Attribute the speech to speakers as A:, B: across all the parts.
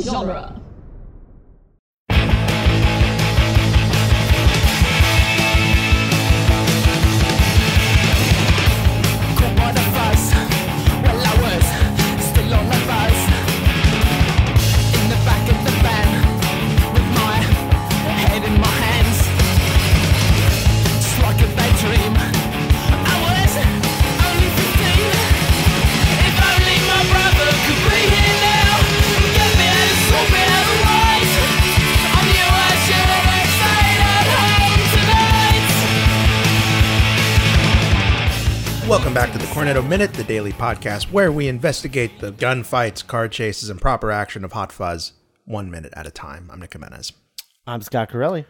A: genre.
B: Quit all the fuss. Well, I was still on the bus. In the back of the van, with my head in my hands. Just like a bad dream. I was only 15. If only my brother could be here now. Get me out and sort me out the right. I knew I should have stayed at home tonight.
C: Welcome back to the Cornetto Minute, the daily podcast where we investigate the gunfights, car chases, and proper action of Hot Fuzz one minute at a time. I'm Nick Jimenez.
D: I'm Scott Corelli.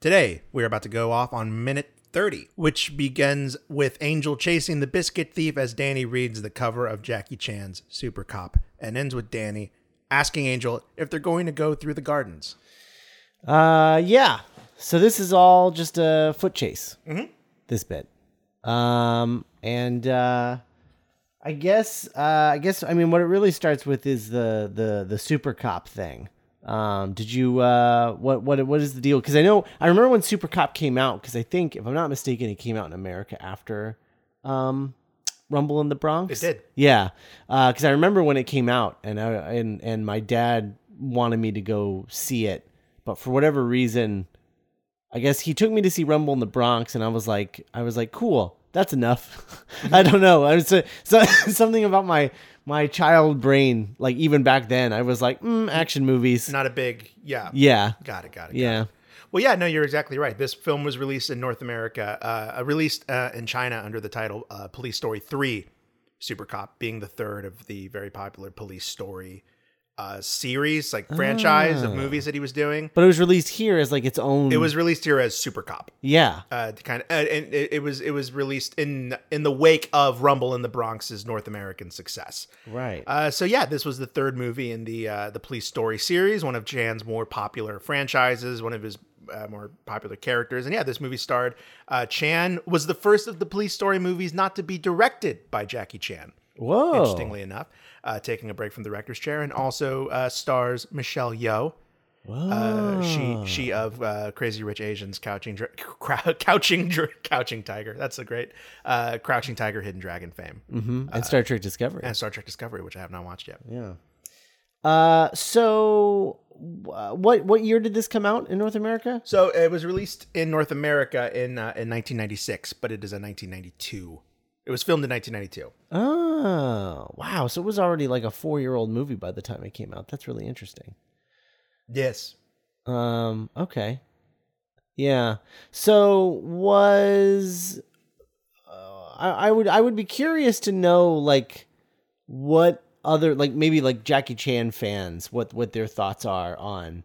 C: Today, we are about to go off on minute 30, which begins with Angel chasing the biscuit thief as Danny reads the cover of Jackie Chan's Super Cop and ends with Danny asking Angel if they're going to go through the gardens.
D: Uh, yeah. So this is all just a foot chase. Mm-hmm. This bit. Um, and uh, I guess uh, I guess I mean what it really starts with is the the the super cop thing. Um, did you uh, what what what is the deal? Because I know I remember when Super Cop came out. Because I think if I'm not mistaken, it came out in America after um, Rumble in the Bronx.
C: It did.
D: Yeah, because I remember when it came out, and I, and and my dad wanted me to go see it, but for whatever reason, I guess he took me to see Rumble in the Bronx, and I was like, I was like, cool, that's enough. I don't know. I was so, so something about my my child brain, like even back then, I was like, mm, action movies.
C: Not a big, yeah.
D: yeah,
C: Got it, got it. got
D: yeah.
C: Well, yeah, no, you're exactly right. This film was released in North America, uh, uh, released uh, in China under the title uh, Police Story 3, Super Cop being the third of the very popular Police Story uh, series, like franchise of movies that he was doing.
D: But it was released here as like its own.
C: It was released here as Super Cop.
D: yeah,
C: Uh, to kind of, uh, and it, it was it was released in in the wake of Rumble in the Bronx's North American success.
D: right.
C: Uh, so yeah, this was the third movie in the uh, the Police Story series, one of Jan's more popular franchises, one of his uh, more popular characters, and yeah, this movie starred uh, Chan was the first of the Police Story movies not to be directed by Jackie Chan.
D: Whoa.
C: Interestingly enough, uh, taking a break from the director's chair, and also uh, stars Michelle Yeoh. Uh, she she of uh, Crazy Rich Asians, Couching Dra- Crou- Couching Dra- Couching Tiger. That's a great uh, Crouching Tiger, Hidden Dragon fame,
D: Mhm. and Star Trek Discovery.
C: uh, and Star Trek Discovery, which I have not watched yet.
D: yeah. Uh, so uh, what what year did this come out in North America?
C: So uh, it was released in North America in uh, in 1996, but it is a 1992. It was filmed in 1992.
D: Oh, wow. So it was already like a four year old movie by the time it came out. That's really interesting.
C: Yes.
D: Um, okay. Yeah. So was uh, I, I would I would be curious to know like what other like maybe like Jackie Chan fans what what their thoughts are on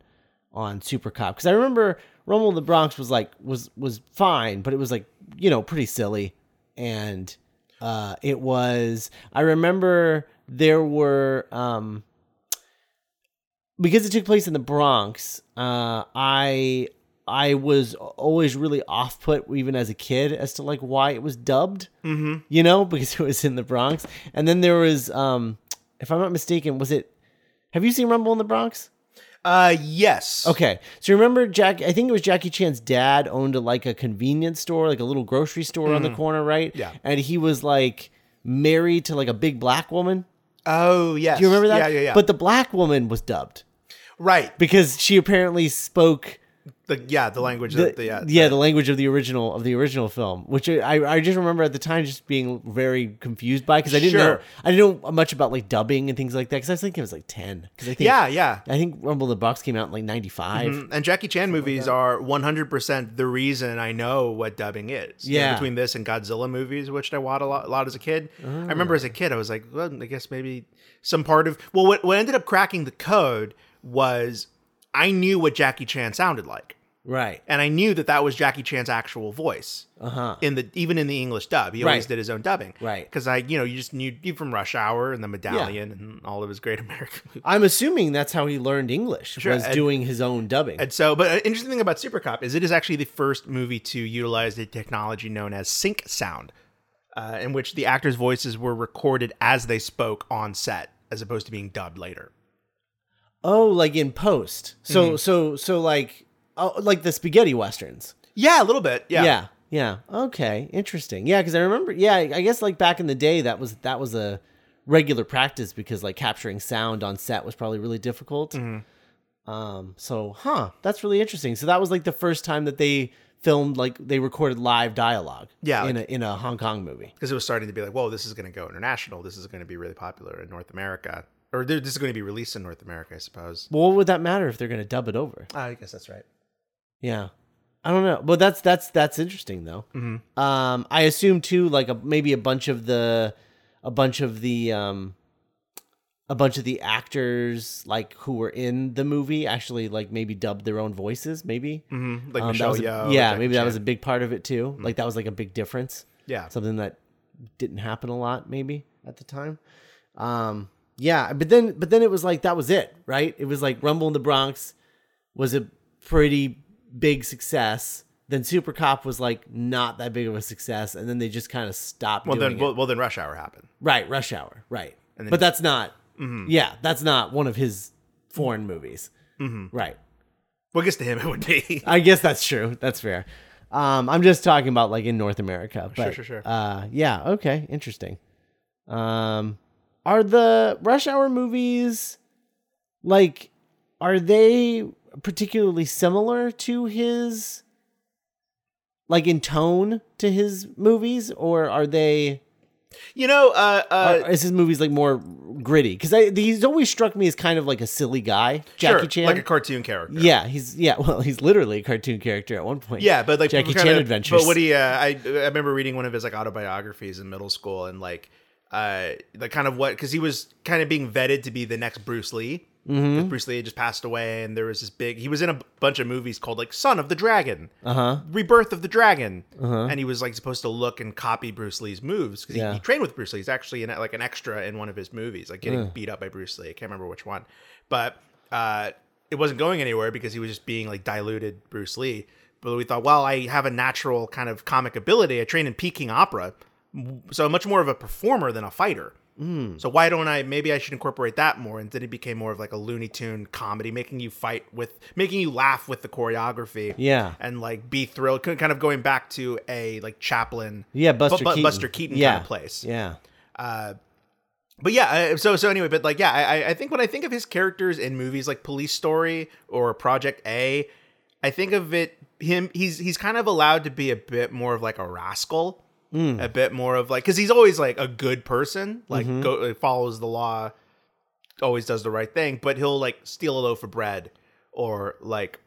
D: on Super Cop because I remember Rumble in the Bronx was like was was fine but it was like you know pretty silly and uh it was I remember there were um because it took place in the Bronx, uh, I I was always really off put even as a kid as to like why it was dubbed. Mm-hmm. You know, because it was in the Bronx. And then there was, um, if I'm not mistaken, was it? Have you seen Rumble in the Bronx?
C: Uh yes.
D: Okay, so remember Jack? I think it was Jackie Chan's dad owned a, like a convenience store, like a little grocery store on the corner, right?
C: Mm-hmm. Yeah.
D: and he was like married to like a big black woman.
C: Oh yes.
D: Do you remember that?
C: Yeah, yeah, yeah.
D: But the black woman was dubbed
C: right.
D: because she apparently spoke
C: The yeah the language
D: the,
C: that the uh,
D: yeah, the language of the original of the original film, which I I just remember at the time just being very confused by because I didn't know
C: Sure.
D: I didn't know much about like dubbing and things like that because I was thinking it was like ten because I think
C: yeah Mm-hmm. yeah.
D: I think Rumble in the Box came out in like ninety
C: And Jackie Chan movies are 100% the reason I know what dubbing is. You know,
D: Yeah.
C: between this and Godzilla movies, which I watched a lot, a lot as a kid.
D: Ah.
C: I remember as a kid, I was like, well, I guess maybe some part of. Well, what, what ended up cracking the code was I knew what Jackie Chan sounded like.
D: right
C: And I knew that that was Jackie Chan's actual voice.
D: Uh-huh.
C: In the even in the English dub, he always
D: Right.
C: did his own dubbing.
D: Right.
C: Because I, you know, you just knew you from Rush Hour and The Medallion and all of his great American movies.
D: I'm assuming that's how he learned English was
C: and-
D: doing his own dubbing
C: And so, but an interesting thing about Super Cop is it is actually the first movie to utilize the technology known as sync sound, uh, in which the actors' voices were recorded as they spoke on set, as opposed to being dubbed later.
D: Oh, like in post. So
C: Mm-hmm.
D: so so like oh, like the spaghetti westerns.
C: Yeah, a little bit. Yeah.
D: yeah. yeah. Okay. Interesting. Yeah, because I remember. Yeah, I I guess like back in the day, that was that was a regular practice because like capturing sound on set was probably really difficult.
C: Mm-hmm.
D: Um. So, huh? That's really interesting. So that was like the first time that they filmed like they recorded live dialogue.
C: Yeah,
D: In
C: like-
D: a in a Hong Kong movie.
C: Because it was starting to be like, whoa, this is going to go international. This is going to be really popular in North America. Or th- this is going to be released in North America, I suppose.
D: Well, what would that matter if they're gonna dub it over?
C: I guess that's right.
D: Yeah. I don't know. Well, that's that's that's interesting though. Um, I assume too, like a, maybe a bunch of the, a bunch of the, um, a bunch of the actors like who were in the movie actually like maybe dubbed their own voices. Maybe
C: Mm-hmm. Like
D: Um, that
C: Michelle
D: was a-
C: Yeoh.
D: yeah,
C: Jackie
D: maybe that was a
C: Chan. Mm.
D: big part of it too. Like that was like a big difference.
C: Yeah.
D: Something that didn't happen a lot maybe at the time. Um, yeah, but then but then it was like that was it, right? It was like Rumble in the Bronx was a pretty big success. Then Super Cop was like not that big of a success, and then they just kind of stopped.
C: well,
D: doing
C: then,
D: it.
C: well, well, then Rush Hour happened.
D: right? Rush Hour, right?
C: And then- Mm-hmm.
D: but that's not. Yeah, that's not one of his foreign movies,
C: Mm-hmm.
D: right?
C: Well, I guess to him it would be.
D: I guess that's true. That's fair. Um, I'm just talking about like in North America. But,
C: sure, sure.
D: Uh, yeah. Okay. Interesting. Um, are the Rush Hour movies like? Are they particularly similar to his, like in tone to his movies, or are they?
C: you know, uh,
D: Are,
C: uh,
D: is his movies like more gritty? Because he's always struck me as kind of like a silly guy, Jackie
C: sure,
D: Chan,
C: like a cartoon character.
D: yeah, he's yeah. Well, he's literally a cartoon character at one point.
C: Yeah, but like
D: Jackie
C: kinda-
D: Chan adventures.
C: But what he, uh, I, I remember reading one of his like autobiographies in middle school, and like, uh, the kind of what because he was kind of being vetted to be the next Bruce Lee.
D: Mm-hmm.
C: 'Cause Bruce Lee had just passed away, and there was this big. He was in a b- bunch of movies called like Son of the Dragon, uh-huh. Rebirth of the Dragon, uh-huh. and he was like supposed to look and copy Bruce Lee's moves because he,
D: Yeah.
C: he trained with Bruce Lee. He's actually in like an extra in one of his movies, like getting beat up by Bruce Lee. I can't remember which one, but uh, it wasn't going anywhere because he was just being like diluted Bruce Lee. But we thought, well, I have a natural kind of comic ability. I trained in Peking opera, m- so I'm much more of a performer than a fighter. So why don't I? Maybe I should incorporate that more. And then it became more of like a Looney Tune comedy, making you fight with, making you laugh with the choreography.
D: Yeah.
C: and like be thrilled, k- kind of going back to a like Chaplin.
D: yeah, Buster
C: Bu- bu-
D: Keaton.
C: Buster Keaton
D: yeah.
C: kind of place.
D: Yeah,
C: But yeah, I- so so anyway, but like yeah, I I- I think when I think of his characters in movies like Police Story or Project A, I think of it him he's he's kind of allowed to be a bit more of like a rascal, a bit more of like because he's always like a good person, like go like, follows the law, always does the right thing, but he'll like steal a loaf of bread or like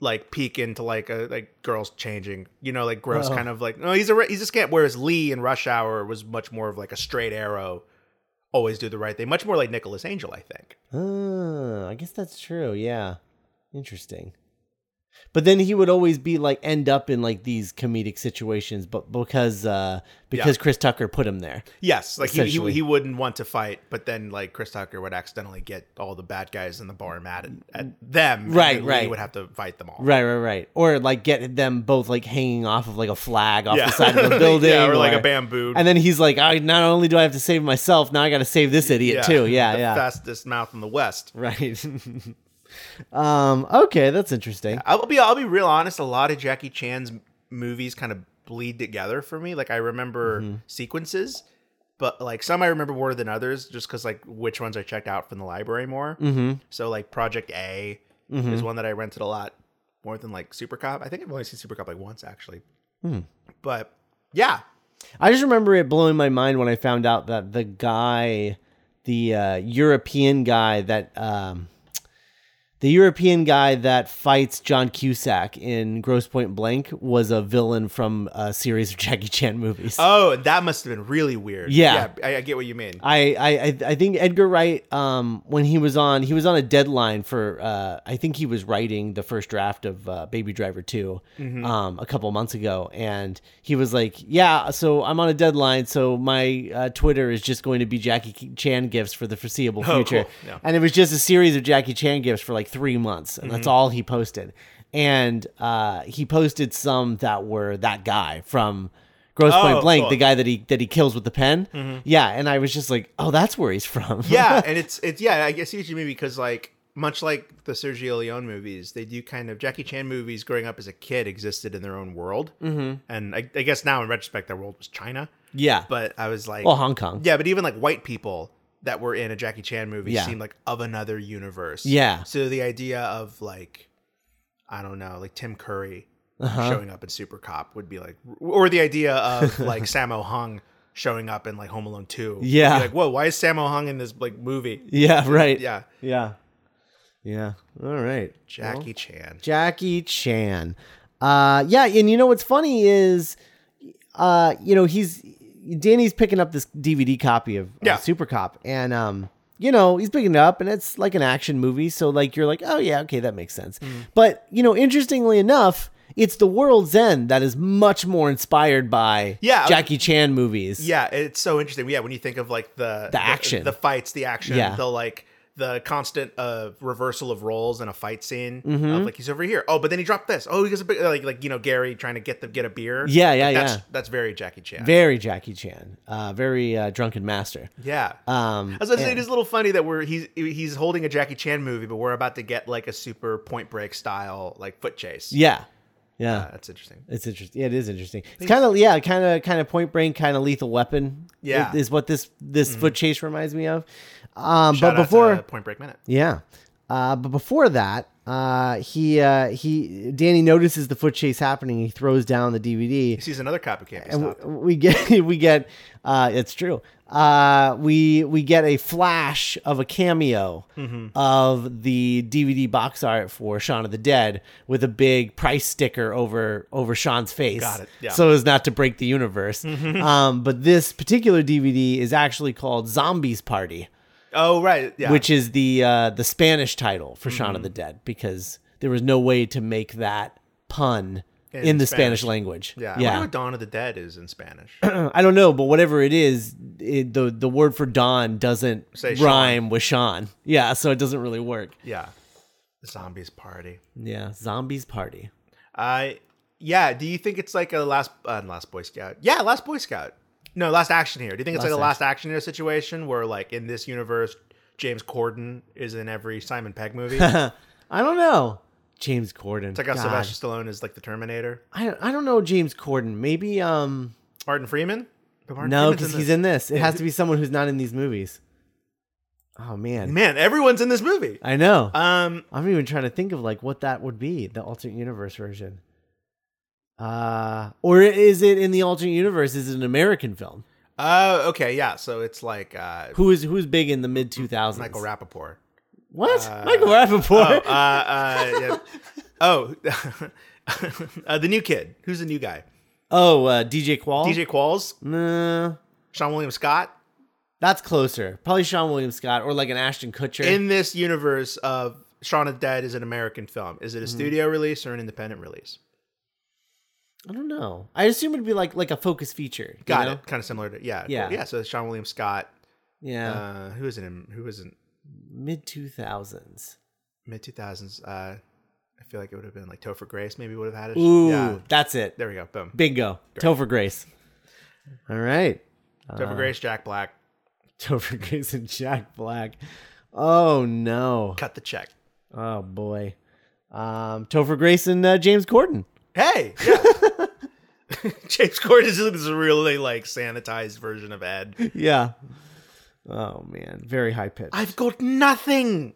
C: like peek into like a like girls changing, you know, like gross kind of like no, he's a he's a scamp. Whereas Lee in Rush Hour was much more of like a straight arrow, always do the right thing, much more like Nicholas Angel, I think.
D: Uh, I guess that's true. Yeah, interesting. But then he would always be like end up in like these comedic situations, but because uh because Chris Tucker put him there.
C: Yes, like he, he
D: Essentially.
C: he wouldn't want to fight, but then like Chris Tucker would accidentally get all the bad guys in the bar mad at, at them. and
D: Right,
C: then Lee
D: right.
C: would have to fight them all.
D: Right, right, right. Or like get them both like hanging off of like a flag off
C: Yeah.
D: the side of
C: Yeah,
D: a building,
C: or, like, a bamboo.
D: And then he's like, I not only do I have to save myself, now I got to save this idiot too. Yeah,
C: the
D: yeah.
C: Fastest mouth in the west.
D: Right. um, okay, that's interesting.
C: I'll be I'll be real honest. A lot of Jackie Chan's m- movies kind of bleed together for me. Like I remember sequences, but like some I remember more than others, just because like which ones I checked out from the library more. Mm-hmm. So like Project A is one that I rented a lot more than like Super Cop. I think I've only seen Super Cop like once actually, but yeah,
D: I just remember it blowing my mind when I found out that the guy, the uh, European guy that, um, the European guy that fights John Cusack in Gross Point Blank was a villain from a series of Jackie Chan movies.
C: oh that must have been really weird.
D: Yeah.
C: I, I get what you mean.
D: I, I I- I think Edgar Wright um when he was on he was on a deadline for uh I think he was writing the first draft of uh, Baby Driver 2
C: Mm-hmm.
D: um a couple months ago and he was like yeah so I'm on a deadline so my uh, Twitter is just going to be Jackie Chan gifts for the foreseeable
C: Oh, cool.
D: future
C: Yeah.
D: and it was just a series of Jackie Chan gifts for like three months, and
C: Mm-hmm.
D: that's all he posted. And uh, he posted some that were that guy from Gross
C: Oh,
D: Point Blank,
C: cool.
D: the guy that he that he kills with the pen.
C: Mm-hmm.
D: Yeah, and I was just like, oh, that's where he's from.
C: yeah, and it's it's yeah. I guess you mean because like much like the Sergio Leone movies, they do kind of Jackie Chan movies growing up as a kid existed in their own world. Mm-hmm. And I, I guess now in retrospect, their world was China.
D: Yeah.
C: But I was like,
D: well, Hong Kong.
C: yeah, but even like white people that were in a Jackie Chan movie
D: Yeah.
C: seemed like of another universe.
D: Yeah.
C: So the idea of like, I don't know, like Tim Curry
D: Uh-huh.
C: showing up in Super Cop would be like, or the idea of like Sammo Hung showing up in like Home Alone 2. You'd be
D: Yeah.
C: like, whoa, why is Sammo Hung in this like movie?
D: Yeah. Right.
C: Yeah.
D: Yeah. Yeah. All right.
C: Jackie Chan.
D: Jackie Chan. Uh, yeah, and you know what's funny is, uh, you know he's Danny's picking up this DVD copy of, of
C: Yeah.
D: Super Cop, and um, you know he's picking it up, and it's like an action movie, so like you're like, oh yeah, okay, that makes sense.
C: Mm.
D: But you know, interestingly enough. It's the world's end that is much more inspired by
C: Yeah.
D: Jackie Chan movies.
C: Yeah, it's so interesting. Yeah, when you think of like the
D: action.
C: the, fights, the action,
D: Yeah.
C: the like the constant uh reversal of roles in a fight scene
D: Mm-hmm.
C: of like he's over here. Oh, but then he dropped this. Oh, he gets a big like like you know Gary trying to get the get a beer.
D: Yeah, yeah,
C: Like, that's,
D: yeah.
C: That's very Jackie Chan.
D: Very Jackie Chan. Uh, very uh, drunken master.
C: yeah.
D: Um,
C: I was gonna say
D: and-
C: it is a little funny that we're he's he's holding a Jackie Chan movie, but we're about to get like a super Point Break style like foot chase.
D: yeah. Yeah.
C: Uh, that's interesting.
D: It's interesting. Yeah, it is interesting. It's kind of yeah, kind of kind of point brain, kind of lethal weapon.
C: Yeah. Mm-hmm.
D: is, is what this this foot chase reminds me of. Um,
C: Shout
D: but before
C: out to Point Break minute,
D: yeah, uh, but before that, uh, he uh, he Danny notices the foot chase happening. He throws down the DVD
C: he sees another cop who can't be
D: and
C: stopped.
D: w- we get we get uh it's true uh we we get a flash of a cameo
C: Mm-hmm.
D: of the dvd box art for Shaun of the Dead with a big price sticker over over Sean's face
C: Got it, yeah. Mm-hmm.
D: so as not to break the universe um but this particular dvd is actually called Zombies Party
C: oh right, yeah. Mm-hmm.
D: which is the uh, the Spanish title for Shaun of the Dead because there was no way to make that pun in,
C: In
D: the
C: Spanish.
D: Spanish language
C: yeah. I wonder what Dawn of the Dead is in Spanish.
D: I don't know, but whatever it is, it, the the word for Don doesn't
C: Say Sean.
D: rhyme with Sean. Yeah, so it doesn't really work.
C: Yeah. The zombies party.
D: Yeah, zombies party.
C: I yeah, do you think it's like a last uh, last boy scout? Yeah, last boy scout. No, last action here. Do you think it's
D: Last
C: like a last action here situation where like in this universe James Corden is in every Simon Pegg movie? it's
D: I don't know. James Corden.
C: like how
D: God.
C: Sylvester Stallone is like the Terminator.
D: I I don't know James Corden. Maybe um
C: Martin Freeman? But Martin
D: no,
C: Freeman's
D: because
C: in
D: he's
C: this.
D: in this. It has to be someone who's not in these movies. Oh man,
C: Man, everyone's in this movie.
D: I know.
C: Um
D: I'm even trying to think of like what that would be the alternate universe version. Uh, or is it in the alternate universe? Is it an American film?
C: oh okay, yeah. So it's like uh
D: Who is who's big in the mid 2000s?
C: Michael Rappaport.
D: What? Michael Rappaport?
C: Oh, uh, uh, yeah. oh. uh, the new kid. Who's the new guy?
D: oh, uh, DJ Qual?
C: DJ Qualls,
D: Nah,
C: Sean William Scott.
D: that's closer. Probably Sean William Scott or like an Ashton Kutcher.
C: In this universe of Shaun of the Dead is an American film. Is it a studio release or an independent release?
D: I don't know. I assume it'd be like like a focus feature. you
C: Got
D: know?
C: it. Kind of similar to yeah,
D: Yeah.
C: yeah. So it's Sean William Scott.
D: Yeah.
C: Uh, who isn't in, who isn't
D: mid 2000s.
C: mid two thousands? Uh, I feel like it would have been like Topher Grace. Maybe would have had it.
D: Ooh,
C: Yeah.
D: that's it.
C: There we go. Boom.
D: Bingo. Topher Grace. All right.
C: Topher Grace, Jack Black.
D: Topher Grace and Jack Black. Oh, no.
C: Cut the check.
D: Oh, boy. Um, Topher Grace and uh, James Corden.
C: Hey. Yeah. James Corden is this really like sanitized version of Ed.
D: Yeah. Oh, man. Very high pitch.
C: I've got nothing.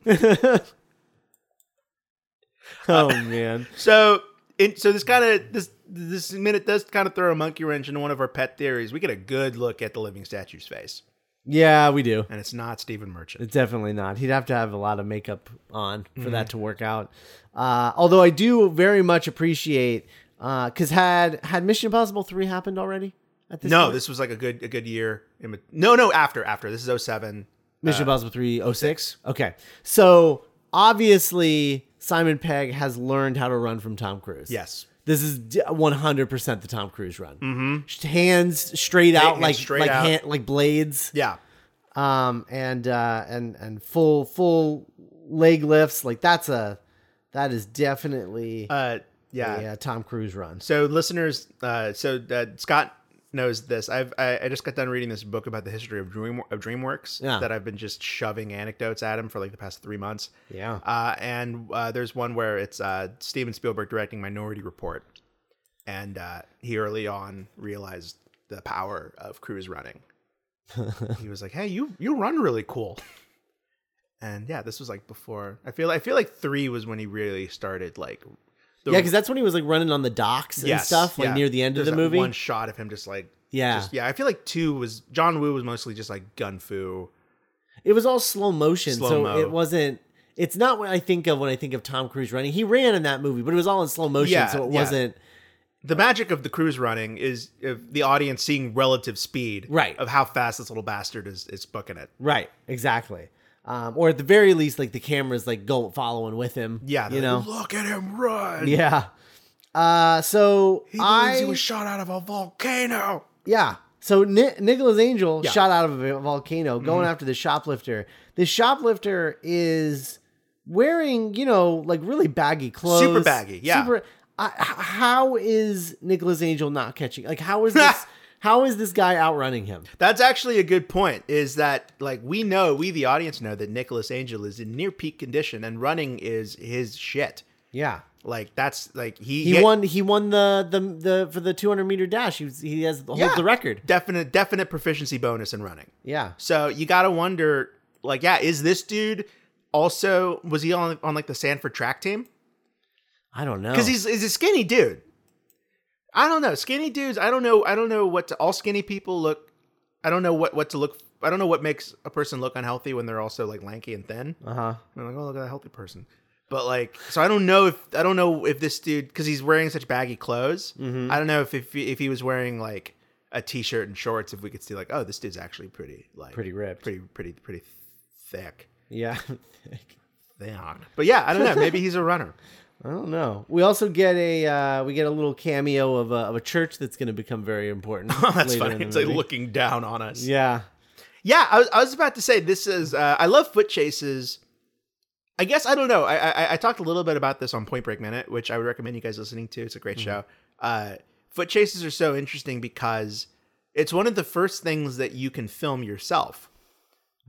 D: Oh man.
C: So, it, so this kind of this this minute does kind of throw a monkey wrench into one of our pet theories. We get a good look at the living statue's face,
D: Yeah, we do.
C: and it's not Stephen Merchant.
D: It's definitely not. He'd have to have a lot of makeup on for that to
C: Mm-hmm.
D: work out. Uh, although I do very much appreciate because had had Mission Impossible three happened already at this
C: No,
D: point?
C: this was like a good a good year. in bet- No, no, after after this is 07.
D: Mission Impossible three oh six. Okay, so obviously Simon Pegg has learned how to run from Tom Cruise.
C: Yes,
D: This is one hundred percent the Tom Cruise run. Mm-hmm. Hands straight out,
C: hands
D: like
C: straight
D: like
C: out.
D: Hand, like blades.
C: yeah,
D: um and uh and and full full leg lifts like that's a that is definitely
C: uh, yeah.
D: a, uh, tom cruise run
C: So listeners, uh, so uh, Scott knows this. I've I, I just got done reading this book about the history of Dream of DreamWorks
D: Yeah.
C: that I've been just shoving anecdotes at him for like the past three months.
D: Yeah.
C: Uh, and uh, there's one where it's uh, Steven Spielberg directing Minority Report, and uh, he early on realized the power of cruise running. he was like, "Hey, you you run really cool." And yeah, this was like before. I feel I feel like three was when he really started like. The,
D: Yeah, because that's when he was like running on the docks and
C: Yes,
D: stuff, like
C: yeah.
D: near the end
C: There's
D: of the
C: that
D: movie.
C: One shot of him just like
D: yeah,
C: just- yeah, I feel like two was John Woo was mostly just like gun fu.
D: it was all slow motion,
C: Slow-mo.
D: so it wasn't. It's not what I think of when I think of Tom Cruise running. He ran in that movie, but it was all in slow motion,
C: Yeah,
D: so it
C: yeah.
D: wasn't.
C: The magic of the cruise running is of the audience seeing relative speed,
D: Right.
C: of how fast this little bastard is is booking it.
D: Right, exactly. Um, or at the very least, like the camera's like go following with him.
C: Yeah,
D: you
C: they're
D: know.
C: like, look at him run.
D: yeah. Uh, so
C: he believes
D: I
C: he was shot out of a volcano.
D: yeah. So Ni- Nicholas Angel
C: Yeah. Mm-hmm.
D: shot out of a volcano, going after the shoplifter. The shoplifter is wearing, you know, like really baggy clothes,
C: Super baggy, yeah.
D: Super, I- h- how is Nicholas Angel not catching? Like, how is this? how is this guy outrunning him?
C: That's actually a good point. Is that like we know we the audience know that Nicholas Angel is in near peak condition and running is his shit.
D: Yeah.
C: Like that's like he
D: He
C: yeah,
D: won. He won the the the for the 200 meter dash. He was, he has holds
C: yeah,
D: the record.
C: Definite definite proficiency bonus in running.
D: Yeah.
C: So you gotta wonder, like, yeah, is this dude also was he on on like the Sanford track team?
D: I don't know.
C: Because he's is a skinny dude. I don't know. Skinny dudes, I don't know, I don't know what to all skinny people look I don't know what what to look I don't know what makes a person look unhealthy when they're also like lanky and thin.
D: uh huh.
C: And I'm like, oh look at that healthy person. But like, so I don't know if I don't know if this dude because he's wearing such baggy clothes.
D: Mm-hmm.
C: I don't know if if he, if he was wearing like a t-shirt and shorts, if we could see like, oh, this dude's actually pretty like
D: Pretty ripped.
C: pretty pretty pretty thick.
D: Yeah.
C: Thick. But yeah, I don't know. Maybe he's a runner.
D: I don't know. We also get a uh, we get a little cameo of a, of a church that's going to become very important.
C: Oh, That's
D: later in
C: funny.
D: the
C: It's like
D: movie.
C: looking down on us. Yeah,
D: Yeah.
C: I, was, I was about to say this is. Uh, I love foot chases. I guess I don't know. I, I I talked a little bit about this on Point Break Minute, which I would recommend you guys listening to. It's a great show. Uh, foot chases are so interesting because it's one of the first things that you can film yourself.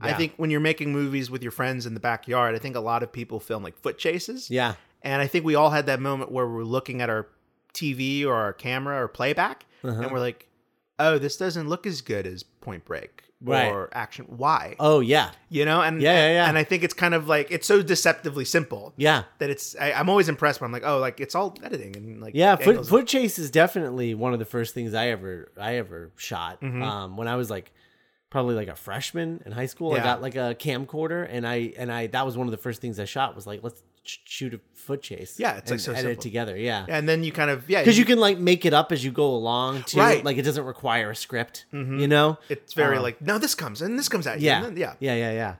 C: I
D: Yeah.
C: think when you're making movies with your friends in the backyard, I think a lot of people film like foot chases.
D: Yeah.
C: And I think we all had that moment where we're looking at our TV or our camera or playback
D: Uh-huh.
C: and we're like, oh, this doesn't look as good as Point Break
D: Right.
C: or Action. Why?
D: Oh yeah.
C: You know? And
D: Yeah, yeah, yeah.
C: And I think it's kind of like, it's so deceptively simple.
D: Yeah.
C: That it's, I, I'm always impressed when I'm like, oh, like it's all editing and like,
D: Yeah, foot,
C: angles.
D: foot chase is definitely one of the first things I ever I ever shot.
C: Mm-hmm.
D: Um, when I was like probably like a freshman in high school, I
C: Yeah.
D: got like a camcorder, and I and I that was one of the first things I shot was like let's ch- shoot a foot chase.
C: Yeah, it's, like,
D: and
C: so
D: edit it
C: simple.
D: together. Yeah,
C: And then you kind of, yeah.
D: because you can like make it up as you go along too.
C: Right. Mm-hmm.
D: Like it doesn't require a script. You know.
C: it's very
D: uh,
C: like, no, this comes and this comes out.
D: yeah.
C: yeah.
D: Yeah. Yeah.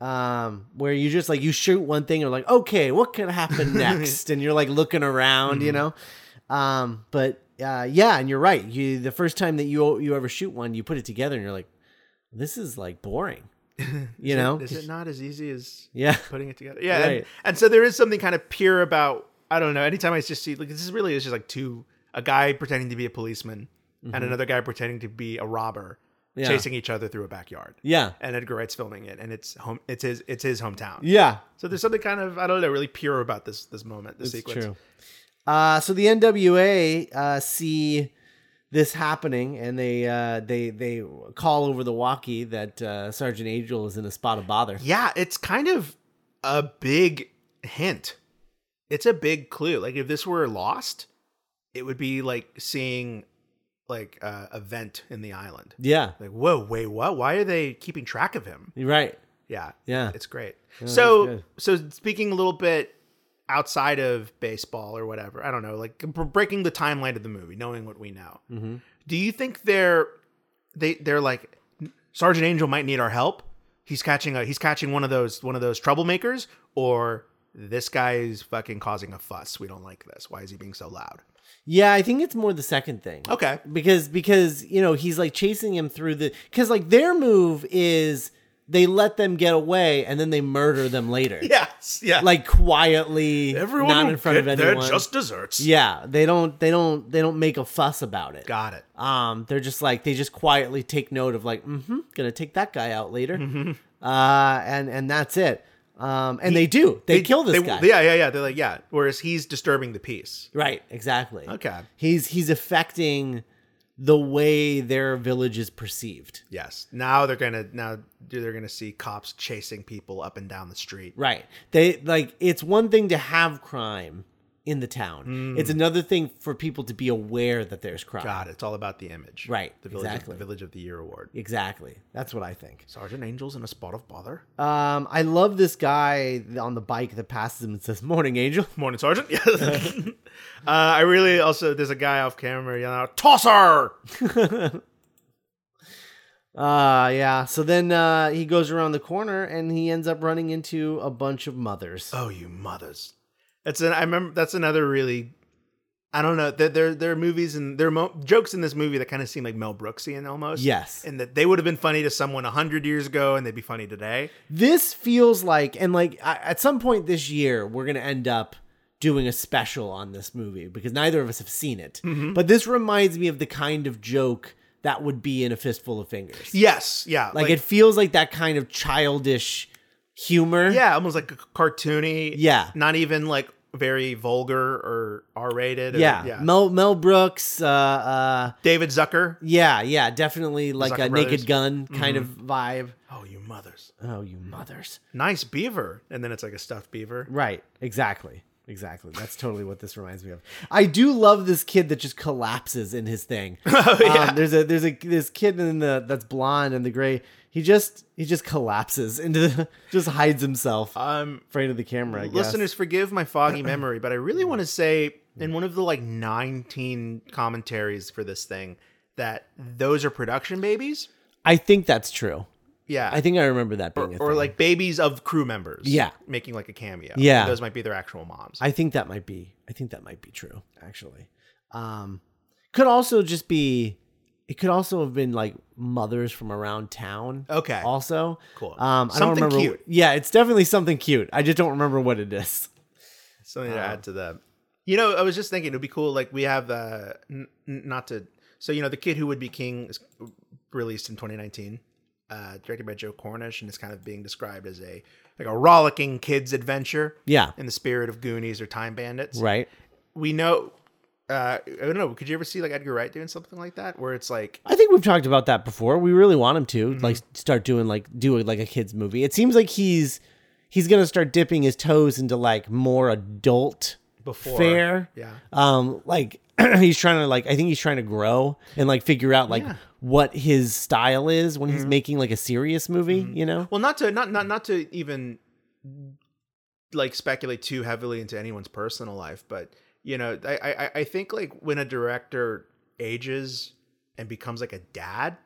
D: Yeah. Um, where you just like you shoot one thing and like, okay, what could happen next? and you're like looking around, you know.
C: Mm-hmm.
D: Um, but uh, yeah, and you're right. You the first time that you you ever shoot one, you put it together and you're like, this is like boring, you know?
C: Is it not as easy as
D: Yeah.
C: putting it together? Yeah,
D: Right.
C: and, and so there is something kind of pure about I don't know. Anytime I just see like this is really it's just like two a guy pretending to be a policeman and another guy pretending to be a robber
D: Mm-hmm. Yeah.
C: chasing each other through a backyard.
D: Yeah.
C: And Edgar Wright's filming it, and it's home. It's his. It's his hometown.
D: Yeah.
C: So there's something kind of I don't know, really pure about this this moment, this
D: It's
C: sequence.
D: true. Uh, so the NWA uh, see this happening, and they uh, they they call over the walkie that uh, Sergeant Angel is in a spot of bother.
C: Yeah, it's kind of a big hint. It's a big clue. Like if this were lost, it would be like seeing like uh, a vent in the island.
D: Yeah,
C: Like, whoa, wait, what? Why are they keeping track of him?
D: you're right.
C: Yeah,
D: Yeah.
C: it's great. so,
D: that's
C: so speaking a little bit outside of baseball or whatever, I don't know, like b- breaking the timeline of the movie, knowing what we know.
D: Mm-hmm.
C: Do you think they're they they're like Sergeant Angel might need our help? He's catching a he's catching one of those one of those troublemakers, or this guy is fucking causing a fuss. We don't like this. Why is he being so loud?
D: Yeah, I think it's more the second thing.
C: Okay,
D: Because because you know, he's like chasing him through the cuz like their move is they let them get away and then they murder them later.
C: Yes. Yeah.
D: Like quietly,
C: everyone
D: not
C: will
D: in front of
C: get
D: anyone.
C: Their just desserts.
D: yeah, they don't they don't they don't make a fuss about it.
C: Got it.
D: Um, they're just like they just quietly take note of like, mm-hmm, gonna take that guy out later,
C: Mm-hmm.
D: uh, and and that's it. Um, and they do they, kill this guy.
C: Yeah, yeah, yeah. They're like, yeah. Whereas he's disturbing the peace.
D: Right, exactly.
C: Okay.
D: He's he's affecting the way their village is perceived.
C: Yes. Now they're gonna now they're gonna see cops chasing people up and down the street.
D: Right. They like it's one thing to have crime in the town. It's another thing for people to be aware that there's crime.
C: God, it's all about the image.
D: Right,
C: The village,
D: exactly.
C: the village of the year award.
D: Exactly. That's what I think.
C: Sergeant Angels in a spot of bother.
D: Um, I love this guy on the bike that passes him and says, "Morning, Angel."
C: Morning, Sergeant. Yes. uh, I really also there's a guy off camera yelling out, Tosser!
D: Uh, yeah. So then uh, he goes around the corner and he ends up running into a bunch of mothers.
C: Oh, you mothers! That's an. I remember. That's another really. I don't know. There, there, there are movies and there are mo- jokes in this movie that kind of seem like Mel Brooksian almost.
D: Yes.
C: and that they would have been funny to someone hundred years ago, and they'd be funny today.
D: this feels like and like I, at some point this year we're gonna end up doing a special on this movie because neither of us have seen it but this reminds me of the kind of joke that would be in a fistful of fingers
C: Yes, yeah.
D: like, it feels like that kind of childish humor
C: yeah, almost like a cartoony.
D: Yeah.
C: not even like very vulgar or r-rated or,
D: yeah, mel mel brooks uh uh
C: david zucker
D: yeah yeah definitely like
C: Zucker
D: a Mm-hmm.
C: Brothers.
D: naked gun kind of vibe
C: oh you mothers
D: oh you mothers
C: nice beaver and then it's like a stuffed beaver
D: Right. Exactly. Exactly. That's totally what this reminds me of. I do love this kid that just collapses in his thing.
C: Oh,
D: um, there's a there's a this kid in the that's blonde and the gray. He just he just collapses into the, just hides himself.
C: um
D: afraid of the camera. I guess.
C: listeners forgive my foggy memory but i really want to say in one of the like 19 commentaries for this thing that those are production babies
D: I think that's true.
C: yeah
D: I think I remember that being a
C: or
D: thing.
C: like babies of crew members
D: Yeah.
C: making like a cameo
D: Yeah.
C: those might be their actual moms
D: I think that might be. I think that might be true. Actually, um, could also just be. It could also have been like mothers from around town.
C: Okay.
D: Also,
C: Cool.
D: Um, I
C: Something
D: don't remember.
C: cute.
D: Yeah, it's definitely something cute. I just don't remember what it is.
C: something to add to that you know i was just thinking it would be cool like we have uh n- n- not to so you know the kid who would be king is released in 2019 uh directed by joe cornish and it's kind of being described as a like a rollicking kids adventure
D: Yeah.
C: in the spirit of goonies or time bandits
D: Right.
C: we know uh i don't know could you ever see like edgar wright doing something like that where it's like
D: I think we've talked about that before. We really want him to
C: Mm-hmm.
D: like start doing like do like a kids movie. It seems like he's he's gonna start dipping his toes into like more adult
C: Before,
D: fare.
C: yeah.
D: Um, like he's trying to like I think he's trying to grow and like figure out like
C: Yeah.
D: what his style is when he's making like a serious movie. You know?
C: well not to not not not to even like speculate too heavily into anyone's personal life but you know i i, I- I think like when a director ages and becomes like a dad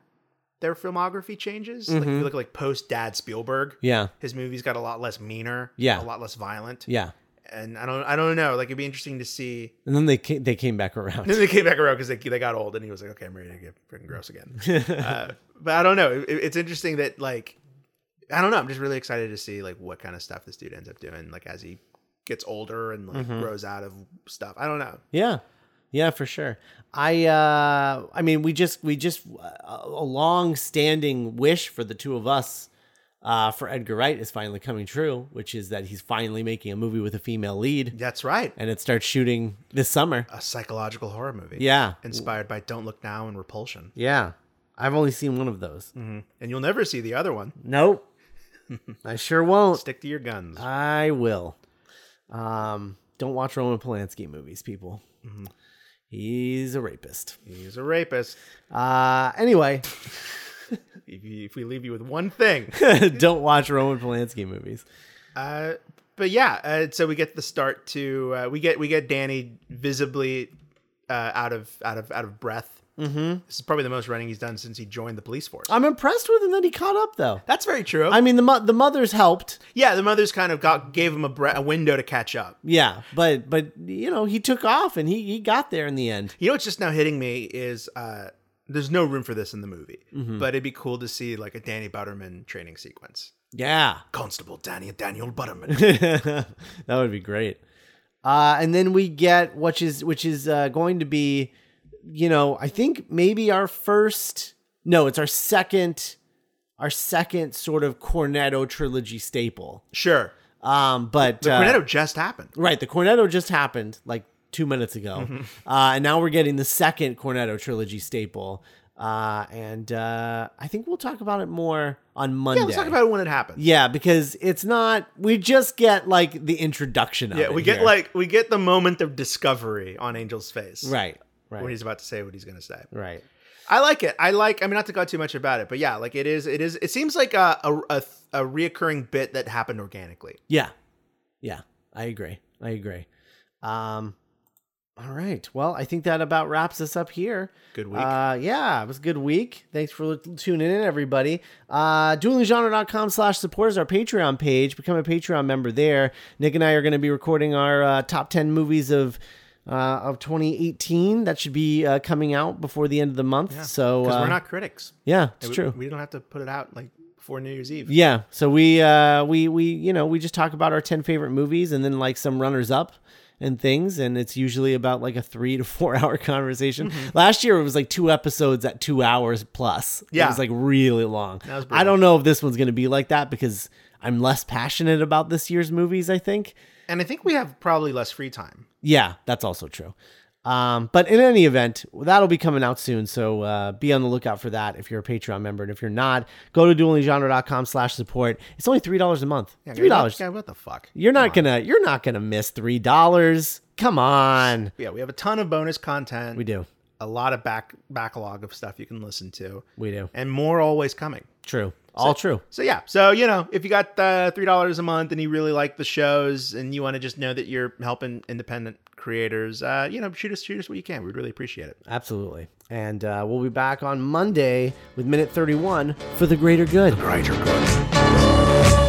C: their filmography changes like if you look at, like post dad spielberg
D: Mm-hmm. Yeah.
C: his movies got a lot less meaner
D: Yeah.
C: a lot less violent
D: Yeah.
C: and i don't i don't know like it'd be interesting to see
D: And then they ca- they came back around.
C: then they came back around because they, they got old and he was like okay i'm ready to get freaking gross again uh, but i don't know it, it's interesting that like i don't know i'm just really excited to see like what kind of stuff this dude ends up doing like as he gets older and like grows out of stuff i don't know
D: Yeah. Yeah, for sure. I uh I mean, we just we just a a long-standing wish for the two of us uh for Edgar Wright is finally coming true, which is that he's finally making a movie with a female lead
C: that's right
D: and it starts shooting this summer.
C: a psychological horror movie
D: Yeah.
C: inspired by don't look now and repulsion
D: Yeah. I've only seen one of those.
C: and you'll never see the other one
D: Nope. I sure won't.
C: stick to your guns
D: I will. Um don't watch Roman Polanski movies, people. He's a rapist.
C: he's a rapist
D: Uh anyway,
C: if, you, if we leave you with one thing
D: don't watch Roman Polanski movies.
C: Uh, but yeah, uh, so we get the start to uh, we get we get Danny visibly uh, out of out of out of breath. Mm-hmm. This is probably the most running he's done since he joined the police force.
D: I'm impressed with him that he caught up though.
C: That's very true.
D: I mean the mo- the mothers helped,
C: yeah, the mother's kind of got gave him a, bre- a window to catch up.
D: yeah, but but you know he took off and he he got there in the end.
C: You know what's just now hitting me is uh, there's no room for this in the movie, but it'd be cool to see like a Danny Butterman training sequence.
D: Yeah.
C: Constable Danny Daniel Butterman.
D: that would be great. Uh, and then we get which is which is uh, going to be, you know, I think maybe our first. No, it's our second, our second sort of Cornetto trilogy staple.
C: sure,
D: Um, but
C: the
D: uh,
C: Cornetto just happened.
D: right, the Cornetto just happened like two minutes ago,
C: Mm-hmm.
D: uh, and now we're getting the second Cornetto trilogy staple. Uh, and uh, I think we'll talk about it more on Monday.
C: Yeah, let's talk about it when it happens.
D: Yeah, because it's not. We just get like the introduction of
C: Yeah,
D: it.
C: we get
D: here.
C: like we get the moment of discovery on Angel's face.
D: right,
C: When
D: right,
C: he's about to say what he's gonna say.
D: right.
C: I like it. I like I mean not to go too much about it, but yeah, like it is it is it seems like a a, a, a reoccurring bit that happened organically.
D: Yeah, yeah. I agree. I agree. Um, all right. Well, I think that about wraps us up here.
C: Good week.
D: Uh, yeah, it was a good week. Thanks for l- tuning in, everybody. Uh, duelinggenre.com slash support is our Patreon page. Become a Patreon member there. Nick and I are going to be recording our uh, top 10 movies of uh, of 2018. That should be uh, coming out before the end of the month. So
C: Because
D: uh,
C: we're not critics.
D: Yeah, it's
C: We-
D: true.
C: We don't have to put it out like before New Year's Eve.
D: yeah, so we uh, we we you know we just talk about our ten favorite movies and then like some runners up and things, and it's usually about like a three to four hour conversation.
C: Mm-hmm.
D: Last year it was like two episodes at two hours plus. it
C: Yeah.
D: was like really long.
C: was brutal.
D: I don't know if this one's gonna be like that because I'm less passionate about this year's movies. I think.
C: And I think we have probably less free time.
D: Yeah, that's also true. Um, but in any event, that'll be coming out soon. So uh, be on the lookout for that if you're a Patreon member. And if you're not, go to duelinggenre.com slash support. It's only three dollars a month.
C: Yeah,
D: three dollars.
C: Yeah, what the fuck?
D: You're not gonna you're not gonna miss three dollars. Come on.
C: Yeah, we have a ton of bonus content.
D: We do.
C: a lot of back backlog of stuff you can listen to.
D: We do.
C: And more always coming.
D: True. All true.
C: So yeah, so you know, if you got uh, three dollars a month and you really like the shows and you want to just know that you're helping independent creators, uh, you know, shoot us, shoot us what you can. We'd really appreciate it.
D: Absolutely. And uh, we'll be back on Monday with minute 31 for the greater good.
C: Right, you're good.